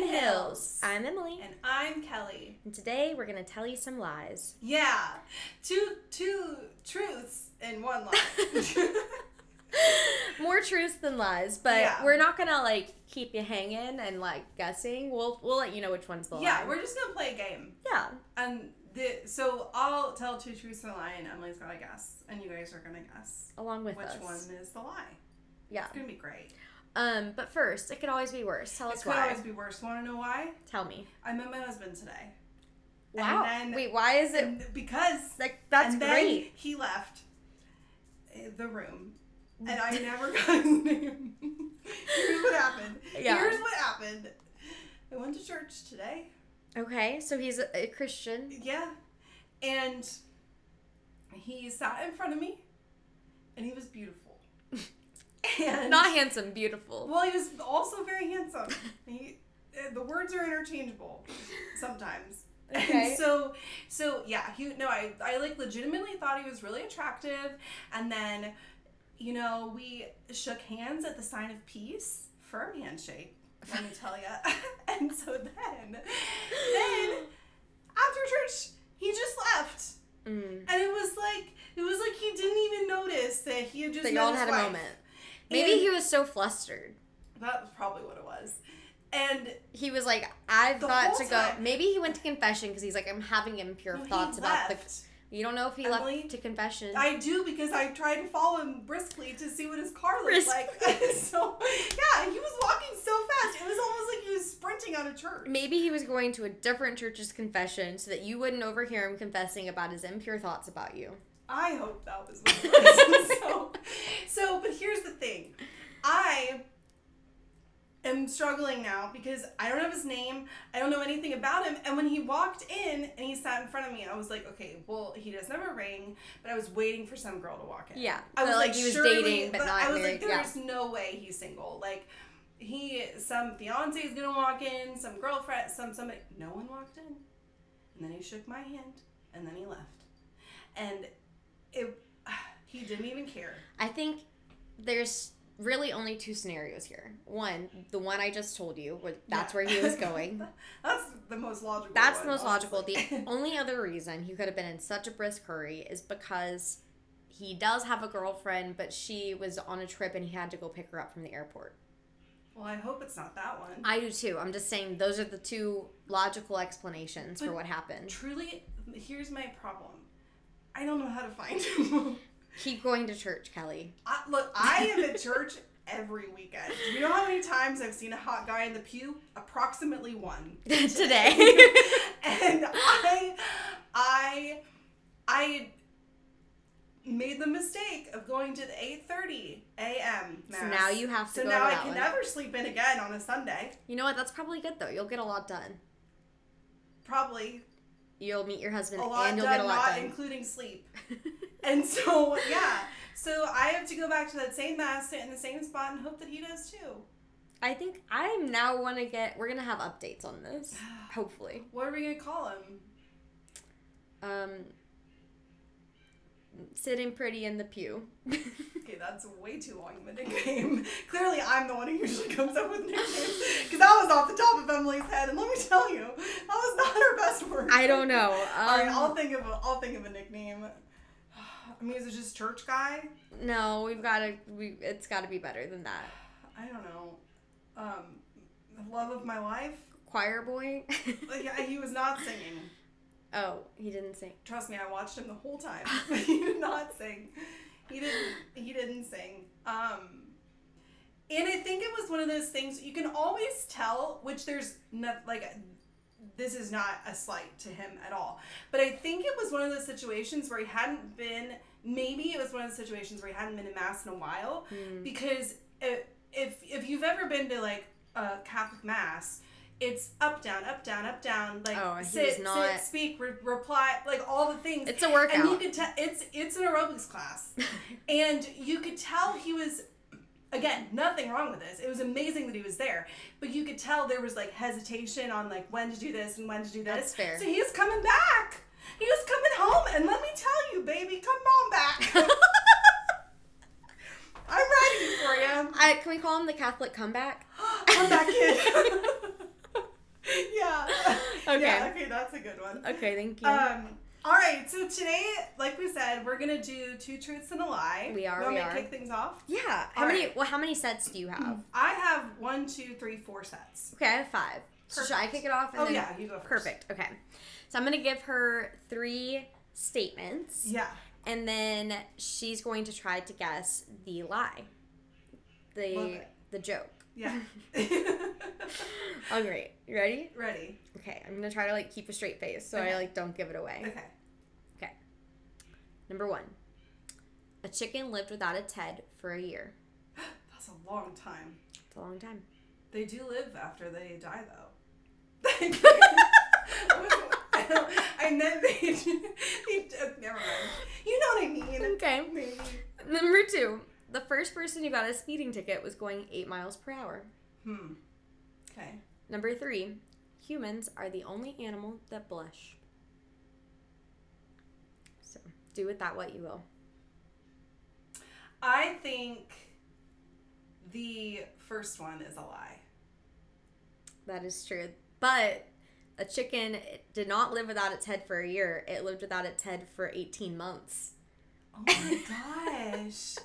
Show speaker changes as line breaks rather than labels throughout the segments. Girls.
I'm Emily,
And I'm Kelly.
and today we're gonna tell you some lies.
Yeah. Two two truths in one lie.
More truths than lies, but
Yeah.
we're not gonna like keep you hanging and like guessing. We'll we'll let you know which one's the
yeah,
lie.
we're just gonna play a game.
yeah,
And the so I'll tell two truths and a lie and Emily's gonna guess. And you guys are gonna guess
along with
which
us.
one is the lie.
Yeah.
It's gonna be great.
Um, but first, it could always be worse. Tell
It
us
could
why.
always be worse. Wanna know why?
Tell me.
I met my husband today. And
Wow.
then-
Wait, why is it
And because
like that's
and then
great?
He left eh, the room,
Mm.
and I never got his name. Here's what happened.
Yeah.
Here's what happened. I went to church today.
Okay, so he's a, a Christian.
Yeah, and he sat in front of me, and he was beautiful. And
Not handsome, beautiful.
well, he was also very handsome. He, eh, the words are interchangeable sometimes.
Okay.
And so, so yeah, he no, I I like legitimately thought he was really attractive, and then, you know, we shook hands at the sign of peace, firm handshake. Let me tell you. and so then, then after church, he just left,
Mm,
and it was like it was like he didn't even notice that he had just
that
met
y'all
his
had a
wife.
moment. Maybe
And
he was so flustered.
that was probably what it was, and
He was like, I've
The
got
whole
to go.
time-
Maybe he went to confession because he's like, I'm having impure
no, he
thoughts about the.
left.
You don't know if he
Emily,
left to confession.
I do because I tried to follow him briskly to see what his car looked
Briskly.
like. so yeah, he was walking so fast. It was almost like he was sprinting out of church.
Maybe he was going to a different church's confession so that you wouldn't overhear him confessing about his impure thoughts about you.
I hope that was what it was. so, so, but here's the thing. I am struggling now because I don't have his name. I don't know anything about him. And when he walked in and he sat in front of me, I was like, okay, well, he doesn't have a ring, but I was waiting for some girl to walk in.
Yeah,
I
but,
was
like, he was
surely-
dating, but not
I was
married,
like,
yeah.
there's no way he's single. Like, he, some fiance is gonna walk in, some girlfriend, some somebody. No one walked in, and then he shook my hand, and then he left, and it. He didn't even care.
I think there's really only two scenarios here. One, the one I just told you, where that's
Yeah.
where he was going.
That's the most logical.
That's
one,
the most logical. The
honestly.
only other reason he could have been in such a brisk hurry is because he does have a girlfriend, but she was on a trip and he had to go pick her up from the airport.
well, I hope it's not that one.
I do too. I'm just saying those are the two logical explanations for
But-
what happened.
Truly, here's my problem. I don't know how to find him.
Keep going to church, Kelly.
I, look, I am at church every weekend. Do you know how many times I've seen a hot guy in the pew? Approximately one.
Today.
and I, I, I made the mistake of going to the 8:30 a.m. Mass.
So now you have to
So
go
now
to
I
that
can
one.
never sleep in again on a Sunday.
You know what? That's probably good though. You'll get a lot done.
Probably
You'll meet your husband
a lot
and you'll
done,
get a lot
not
done.
including sleep. And so yeah, so I have to go back to that same mass, sit in the same spot, and hope that he does too.
I think I now want to get. We're gonna have updates on this, hopefully.
What are we gonna call him?
Um, sitting pretty in the pew.
Okay, that's way too long of a nickname. Clearly, I'm the one who usually comes up with nicknames because that was off the top of Emily's head, and let me tell you, that was not her best work.
I don't know. Um,
All right, I'll think of a, I'll think of a nickname. I mean, is it just church guy?
no, we've got to. We it's got to be better than that.
I don't know. Um, the love of my life.
Choir boy.
Like, yeah, he was not singing.
oh, he didn't sing.
Trust me, I watched him the whole time. he did not sing. He didn't. He didn't sing. Um, and I think it was one of those things you can always tell. Which there's not like this is not a slight to him at all. But I think it was one of those situations where he hadn't been. Maybe it was one of those situations where he hadn't been in mass in a while.
Hmm.
Because i- if if you've ever been to like a Catholic mass. It's up down up down up down like
Oh, he was
sit
not-
sit speak re- reply like all the things
It's a workout.
and you could tell it's it's an aerobics class, and you could tell he was. Again, nothing wrong with this. It was amazing that he was there, but you could tell there was like hesitation on like when to do this and when to do this.
That's fair.
So he's coming back. He was coming home, and let me tell you, baby, come on back. I'm ready for you.
I, can we call him the Catholic comeback?
Come back in. yeah.
Okay.
Yeah, okay, that's a good one.
Okay, thank you.
Um, all right, so today, like we said, we're gonna do two truths and a lie.
We are,
You want
we
me to
are.
kick things off?
yeah. How
all
many?
right. Mm-hmm.
Well, how many sets do you have?
I have one, two, three, four sets.
Okay, I have five. So should I
Perfect.
kick it off? And
Oh
then,
yeah, you go first.
Perfect. Okay. So I'm gonna give her three statements,
Yeah.
and then she's going to try to guess the lie,
Love
the
it.
the joke.
Yeah.
All right. You ready?
Oh, Ready.
Okay. I'm gonna try to like keep a straight face so
Okay.
I like don't give it away.
Okay.
Number one. A chicken lived without its head for a year.
That's a long time.
It's a long time.
They do live after they die, though. I meant they. they never mind. You know what I mean.
Okay.
Maybe.
Number two. The first person who got a speeding ticket was going eight miles per hour.
Hmm. Okay.
Number three. Humans are the only animal that blush. So do with that what you will.
I think the first one is a lie.
That is true. But a chicken did not live without its head for a year. It lived without its head for 18 months.
Oh my gosh.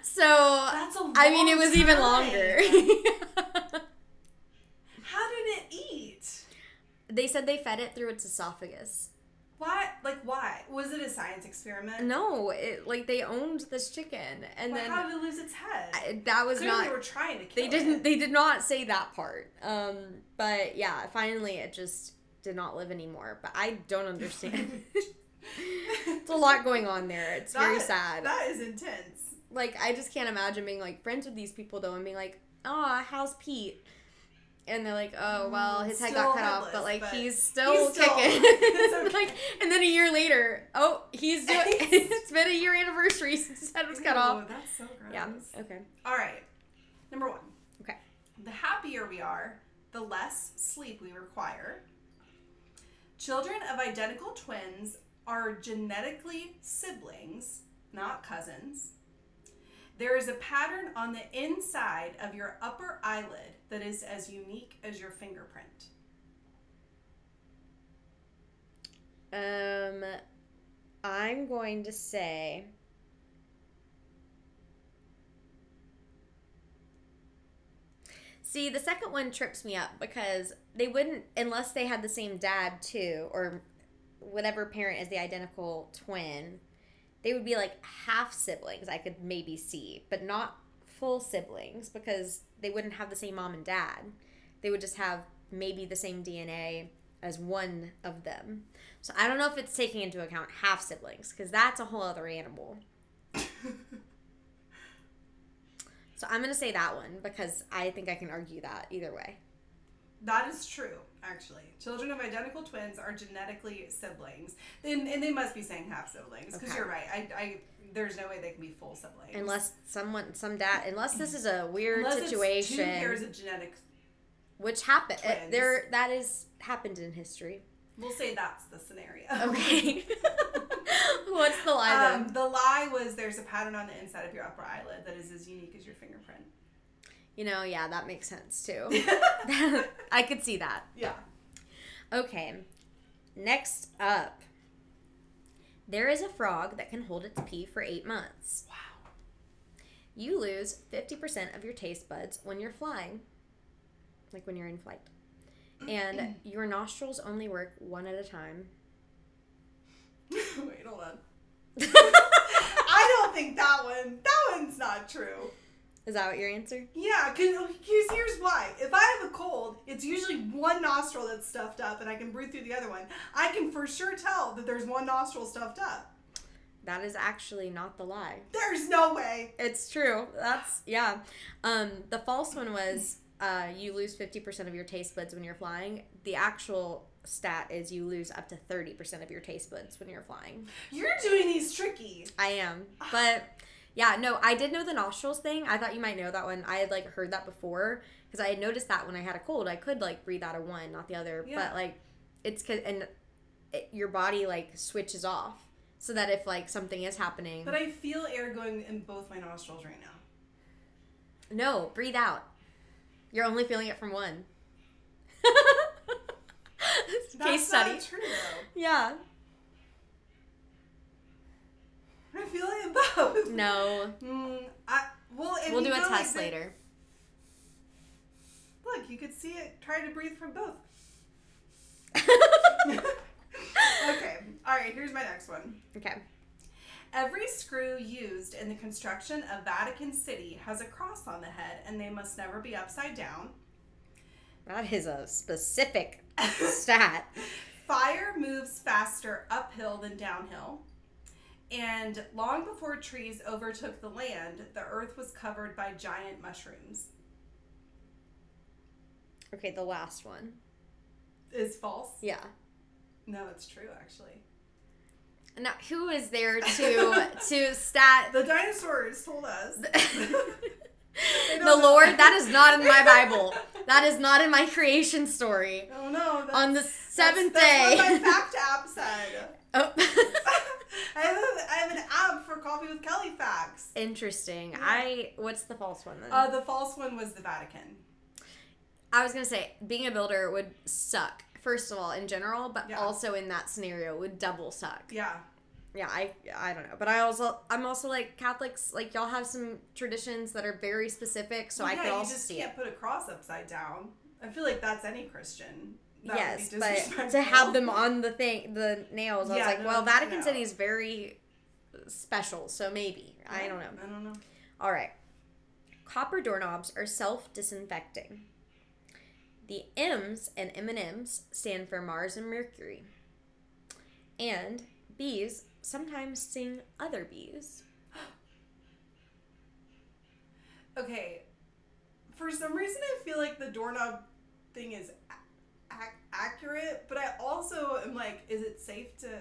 So,
That's a long
I mean, it was even
time.
longer.
How did it eat?
They said they fed it through its esophagus.
Why? Like, why? Was it a science experiment?
No, it like they owned this chicken, and
Why-
then
how did it lose its head?
I, that was
Clearly,
not.
they were trying to kill
They
it.
didn't. They did not say that part. Um, but yeah, finally, it just did not live anymore. But I don't understand. it's a lot going on there. It's very
That-
sad.
That is intense.
like I just can't imagine being like friends with these people though, and being like, "Ah, how's Pete?" And they're like, "Oh, well,
Mm,
his head
still
got cut off,
headless,
but like
but
he's still
he's still-
kicking."
It's
like, and then a year later, oh, he's doing. it's been a year anniversary since his head was cut off.
Ew, That's so gross.
Yeah. Okay.
All right. Number one.
Okay.
The happier we are, the less sleep we require. Children of identical twins are genetically siblings, not cousins. There is a pattern on the inside of your upper eyelid that is as unique as your fingerprint.
Um, I'm going to say. See, the second one trips me up because they wouldn't, unless they had the same dad too, or whatever parent is the identical twin, they would be like half siblings, I could maybe see, but not full siblings because they wouldn't have the same mom and dad. They would just have maybe the same DNA as one of them. So I don't know if it's taking into account half siblings because that's a whole other animal. so I'm gonna say that one because I think I can argue that either way.
That is true, actually. Children of identical twins are genetically siblings. And, and they must be saying half siblings, because
Okay.
you're right. I, I, there's no way they can be full siblings.
Unless someone, some dad, unless this is a weird
Unless it's
situation,
two pairs of genetic.
which happened uh,
twins.
there, that is happened in history.
We'll say that's the scenario.
Okay. What's the lie then?
Um, the lie was there's a pattern on the inside of your upper eyelid that is as unique as your fingerprint.
You know, yeah, that makes sense too. I could see that.
yeah.
Okay. Next up. There is a frog that can hold its pee for eight months.
Wow.
You lose 50% of your taste buds when you're flying, like when you're in flight. And your nostrils only work one at a time.
Wait, hold on. I don't think that one. That one's not true.
Is that what your answer?
Yeah, because here's why. If I have a cold, it's usually one nostril that's stuffed up and I can breathe through the other one. I can for sure tell that there's one nostril stuffed up.
That is actually not the lie.
There's no way.
It's true. That's yeah. Um, the false one was uh, you lose fifty percent of your taste buds when you're flying. The actual stat is you lose up to thirty percent of your taste buds when you're flying.
You're doing these tricky.
I am,
Ah.
but yeah, no, I did know the nostrils thing. I thought you might know that one. I had like heard that before because I had noticed that when I had a cold, I could like breathe out of one, not the other.
Yeah.
But like, it's cause and it, your body like switches off so that if like something is happening,
But I feel air going in both my nostrils right now.
No, breathe out. You're only feeling it from one. case study.
Not true though.
Yeah.
I feel like both.
No.
Mm, I well. If
we'll
you
do a
go like
test
thi-
later.
Look, you could see it. Try to breathe from both. Okay. All right. Here's my next one.
okay.
Every screw used in the construction of Vatican City has a cross on the head, and they must never be upside down.
That is a specific stat.
Fire moves faster uphill than downhill. And long before trees overtook the land, the earth was covered by giant mushrooms.
Okay, the last one.
Is false?
Yeah.
No, it's true, actually.
Now, who is there to to stat
The dinosaurs told us.
Oh, the Lord? That is not in my Bible. That is not in my creation story.
Oh no. That's,
On the seventh
that's, That's what
day.
my fact app said.
Oh.
I, have a, I have an app for Coffee with Kelly facts.
Interesting. I what's the false one then?
Uh, the false one was the Vatican.
I was gonna say being a builder would suck. First of all, in general, but
Yeah.
also in that scenario would double suck.
Yeah.
Yeah, I I don't know, but I also I'm also like Catholics like y'all have some traditions that are very specific, so
Well,
I
yeah,
could
you
also
just
see
can't
it.
put a cross upside down. I feel like that's any Christian. That would be
Yes, but to
disrespectful.
have them on the thing the nails, I was
Yeah,
like,
no,
well, Vatican
no.
City is very special, so maybe I don't know.
I don't know.
All right. Copper doorknobs are self-disinfecting. The M's and M&Ms stand for Mars and Mercury. And bees sometimes sting other bees.
Okay. For some reason, I feel like the doorknob thing is a- ac- accurate, but I also am like, is it safe to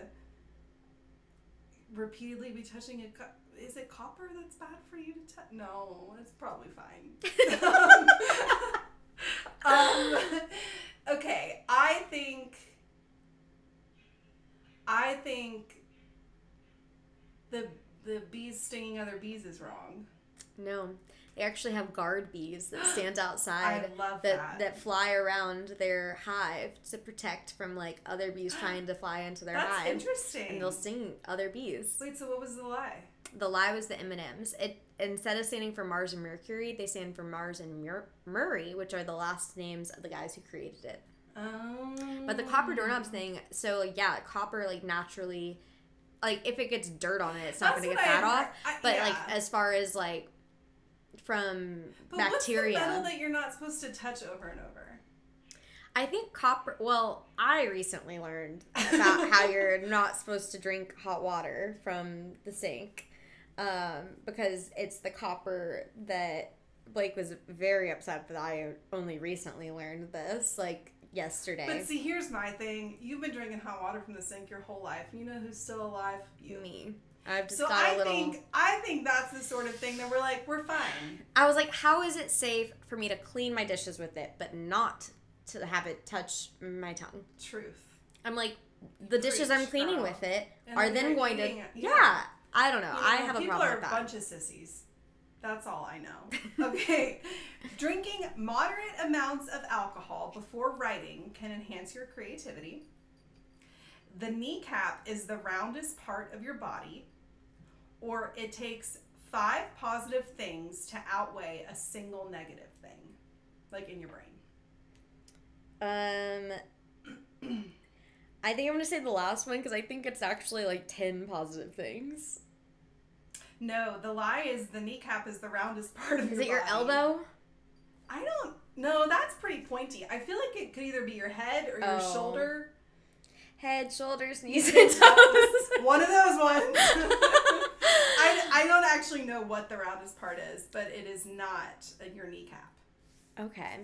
repeatedly be touching a cup? Is it copper that's bad for you to touch? No, it's probably fine. um, okay, I think. I think. The the bees stinging other bees is wrong.
No, they actually have guard bees that stand outside
I love
that
that.
that fly around their hive to protect from like other bees trying to fly into their
That's
hive.
interesting.
And they'll sting other bees.
Wait, so what was the lie?
The lie was the M and M's. It instead of standing for Mars and Mercury, they stand for Mars and Mur- Murray, which are the last names of the guys who created it.
Um,
But the copper doorknobs thing, so like, yeah, copper like naturally, like if it gets dirt on it, it's not
That's
going to get
what I
that off.
heard. I-
But
yeah.
like as far as like from
But
bacteria,
What's the metal that you're not supposed to touch over and over?
I think copper. Well, I recently learned about how you're not supposed to drink hot water from the sink um, because it's the copper that Blake was very upset that I only recently learned this, like yesterday.
But see, here's my thing. You've been drinking hot water from the sink your whole life. You know who's still alive? You.
Me. I've just
So
got a
I
little.
think I think that's the sort of thing that we're like, we're fine.
I was like, how is it safe for me to clean my dishes with it, but not to have it touch my tongue?
Truth.
I'm like, the dishes I'm
Preach,
cleaning
girl.
with it
And
are
then
then
you're
going to.
eating
Yeah.
it. Yeah.
I don't know. I have a
people
problem
are
with
a
that.
bunch of sissies. That's all I know. Okay. Drinking moderate amounts of alcohol before writing can enhance your creativity. The kneecap is the roundest part of your body, or it takes five positive things to outweigh a single negative thing, like in your brain.
Um, I think I'm gonna say the last one because I think it's actually like ten positive things.
No, the lie is the kneecap is the roundest part of
Is
your
it your
body.
elbow?
I don't know. That's pretty pointy. I feel like it could either be your head or your
Oh.
shoulder.
Head, shoulders, knees, and toes.
One of those ones. I, I don't actually know what the roundest part is, but it is not your kneecap.
okay.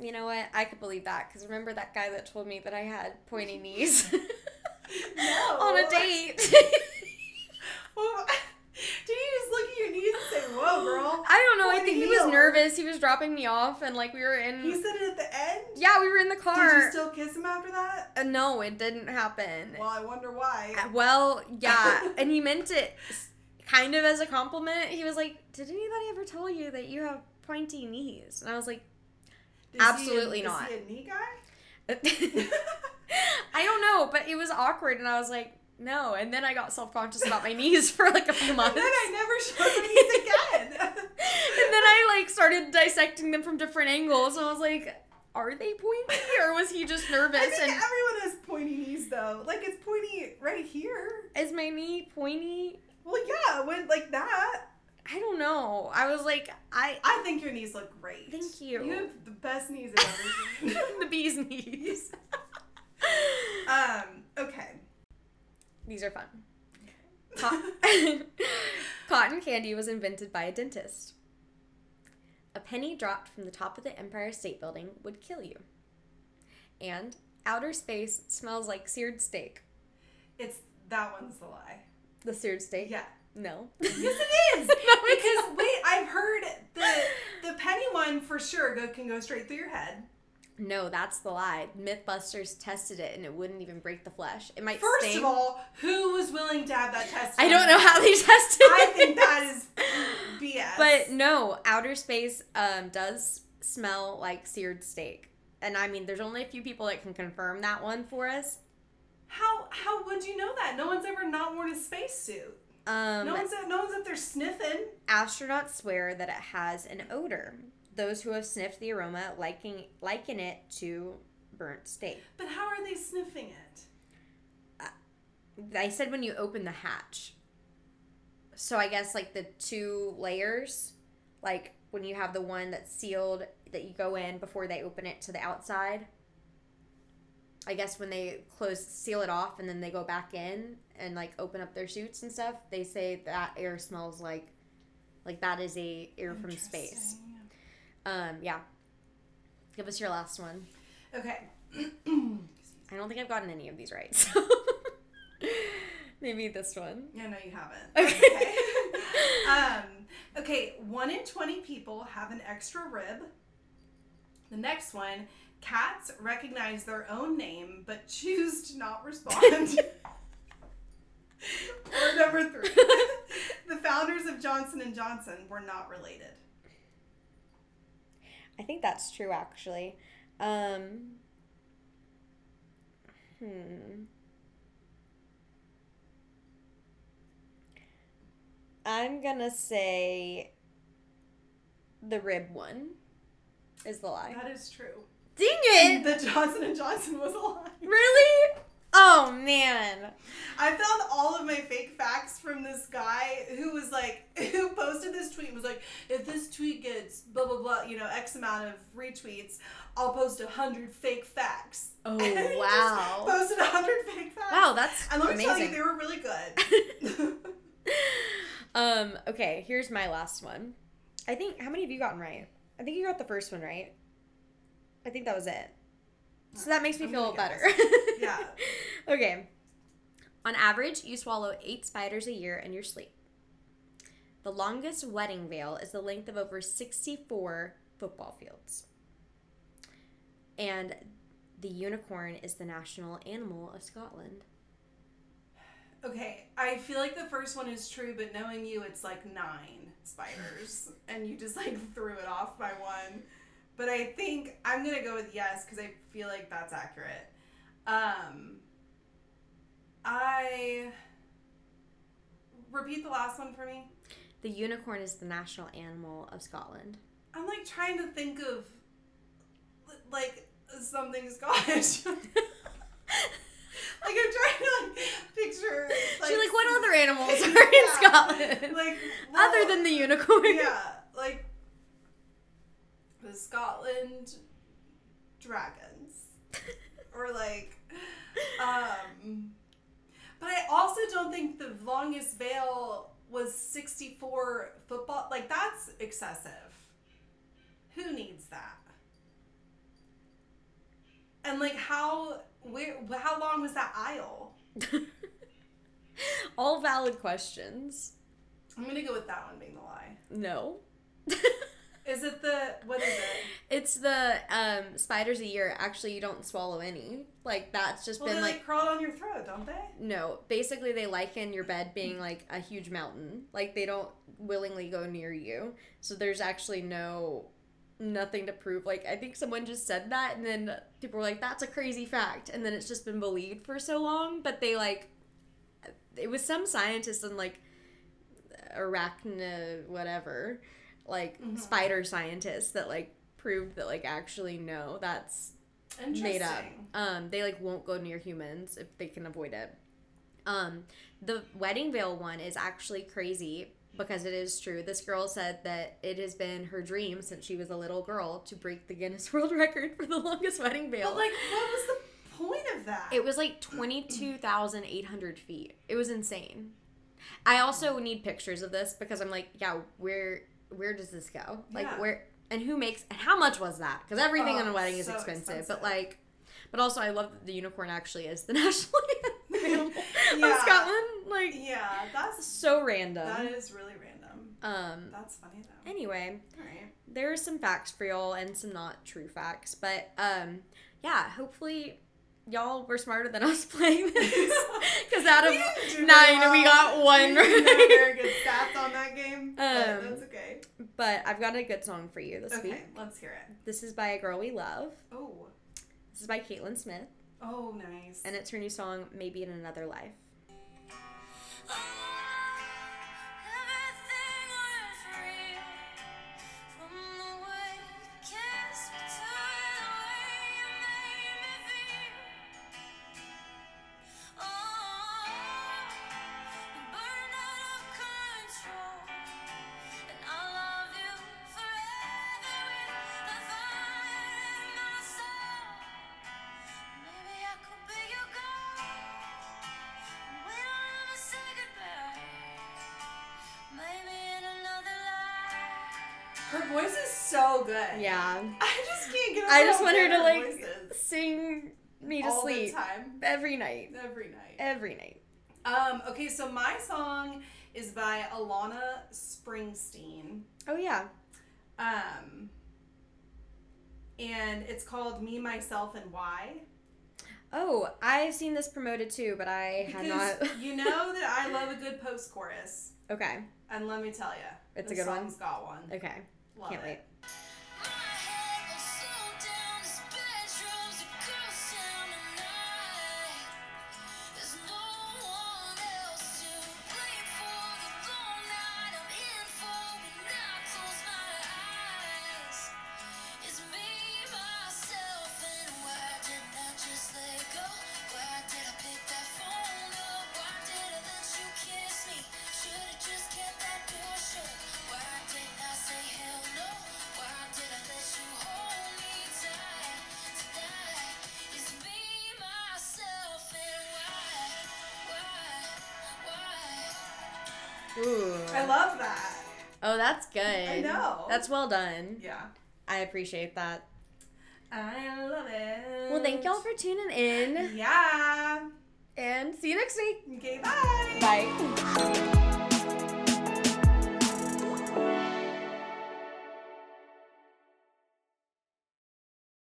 You know what? I could believe that because remember that guy that told me that I had pointy knees
No.
on a date.
Well, Did you just look at your knees and say, whoa, girl?
I don't know. I
Pointy
think he was
heel.
nervous. He was dropping me off, and like we were in.
He said it at the end?
yeah, we were in the car.
Did you still kiss him after that?
Uh, no, it didn't happen.
Well, I wonder why.
Uh, Well, yeah, and he meant it s- kind of as a compliment. He was like, "Did anybody ever tell you that you have pointy knees?" And I was like,
Is he a-
absolutely
is
not.
he a knee guy?
"I it was awkward, and I was like, no. And then I got self conscious about my knees for like a few months.
And then I never showed these again.
and then I like started dissecting them from different angles, and I was like, "Are they pointy, or was he just nervous?"
I think
and
everyone has pointy knees though. Like it's pointy right here.
is my knee pointy?
Well, yeah, when like that.
I don't know. I was like, I
I think your knees look great.
Thank you.
You have the best knees I've ever seen.
the bee's knees.
um. Okay.
These are fun. Cotton. Cotton candy was invented by a dentist. A penny dropped from the top of the Empire State Building would kill you. And outer space smells like seared steak.
it's that one's the lie.
The seared steak?
Yeah.
No.
Yes, it is.
No, it's
because wait, I've heard the the penny one for sure go, can go straight through your head.
No, that's the lie. Mythbusters tested it and it wouldn't even break the flesh. It might
First
sting.
of all, who was willing to have that test?
I don't know how they tested
I
it.
think that is BS.
But no, outer space um, does smell like seared steak. And I mean, there's only a few people that can confirm that one for us.
how how would you know that? No one's ever not worn a spacesuit.
Um,
no one's no one's up there sniffing.
astronauts swear that it has an odor. Those who have sniffed the aroma liking liken it to burnt steak.
But how are they sniffing it?
I said when you open the hatch. So I guess like the two layers, like when you have the one that's sealed that you go in before they open it to the outside. I guess when they close seal it off and then they go back in and like open up their suits and stuff, they say that air smells like like that is a air from space.
Interesting.
Um yeah. Give us your last one.
Okay.
I don't think I've gotten any of these right. So maybe this one.
yeah, no, you haven't.
Okay.
um, okay, one in 20 people have an extra rib. The next one cats recognize their own name but choose to not respond. or number three, the founders of Johnson and Johnson were not related.
I think that's true, actually. Um, hmm. I'm gonna say the rib one is the lie.
That is true.
Dang
And
it!
the Johnson and Johnson was a lie.
Really? Oh man.
I found all of my fake facts from this guy who was like, who posted this tweet and was like, if this tweet gets blah blah blah, you know, X amount of retweets, I'll post a hundred fake facts.
Oh
And he just
wow.
posted a hundred fake facts.
Wow, that's
And let me tell you,
amazing.
they were really good.
Um, okay, here's my last one. I think how many have you gotten right? I think you got the first one right. I think that was it. So that makes me
I'm
feel
gonna
better.
guess. yeah.
Okay. On average, you swallow eight spiders a year in your sleep. The longest wedding veil is the length of over 64 football fields. And the unicorn is the national animal of Scotland.
Okay. I feel like the first one is true, but knowing you, it's like nine spiders, and you just like threw it off by one. But I think I'm gonna go with yes because I feel like that's accurate. Um, I repeat the last one for me.
The unicorn is the national animal of Scotland.
I'm like trying to think of like something Scottish. like I'm trying to like picture.
She's like, what other animals are in
Yeah.
Scotland?
Like
Other than the unicorn.
yeah, like the Scotland dragons, or like, um, but I also don't think the longest veil was sixty-four football. Like that's excessive. Who needs that? And like, how where how long was that aisle?
All valid questions.
I'm gonna go with that one being the lie.
No.
Is it the what is it?
it's the um, spiders a year. Actually, you don't swallow any. Like, that's just
Well,
been
they like,
like.
crawled on your throat, don't they?
No, basically they liken your bed being like a huge mountain. Like they don't willingly go near you. So there's actually no nothing to prove. Like I think someone just said that and then people were like that's a crazy fact and then it's just been believed for so long, but they like it was some scientist in like arachno whatever, like
Mhm.
spider scientist that like proved that like actually no, that's
Interesting.
made up. Um, they like won't go near humans if they can avoid it. Um, the wedding veil one is actually crazy because it is true. This girl said that it has been her dream since she was a little girl to break the Guinness World Record for the longest wedding veil.
But like, what was the point of that?
it was like twenty two thousand eight hundred feet. It was insane. I also need pictures of this because I'm like, yeah, where where does this go? Like
Yeah.
where and who makes and how much was that? Because everything
Oh,
on a wedding is
so
expensive,
expensive.
But like but also I love that the unicorn actually is the national animal
Yeah.
of Scotland. Like
yeah, that's
so random.
that is really random.
um
That's funny though.
anyway
All right.
there are some facts for y'all and some not true facts, but um, yeah, hopefully y'all were smarter than us playing this because out of
We didn't do very
nine we
well.
got one
We didn't have
right.
very good stats on that game. but
Um,
that's okay.
But I've got a good song for you this
Okay,
week.
let's hear it.
This is by a girl we love.
Oh,
This is by Caitlin Smith,
oh, nice.
and it's her new song "Maybe in Another Life."
Oh, Oh, Maybe I could be your girl. We don't ever say goodbye. Maybe in another life.
Her voice is so good.
Yeah,
I just can't get.
I just
around
want her to like
voices.
sing me to
all
sleep Eh.
the time,
every night,
every night.
every night.
Um. Okay, so my song is by Alana Springsteen.
Oh yeah,
Um. And it's called "Me, Myself, and Why."
Oh, I've seen this promoted too, but I had
Because
not.
you know that I love a good post chorus,
okay.
and let me tell you,
It's a good one.
Song's got one.
Okay.
Love
Can't
it.
wait.
My head is so down. This bedroom's a ghost town tonight. There's no one else to blame for the long night I'm in for when I close my eyes. It's me, myself, and why did I just let go? Why did I pick that phone up? Why did I let you kiss me? Should have just kept that door shut. Why did I say hell no? Why did I let you hold me tight tonight? It's me, myself, and why, why, why?
Ooh.
I love that.
oh, that's good.
I know.
That's well done.
Yeah.
I appreciate that.
I love it.
Well, thank y'all for tuning in
Yeah.
and see you next week.
Okay. Bye.
Bye.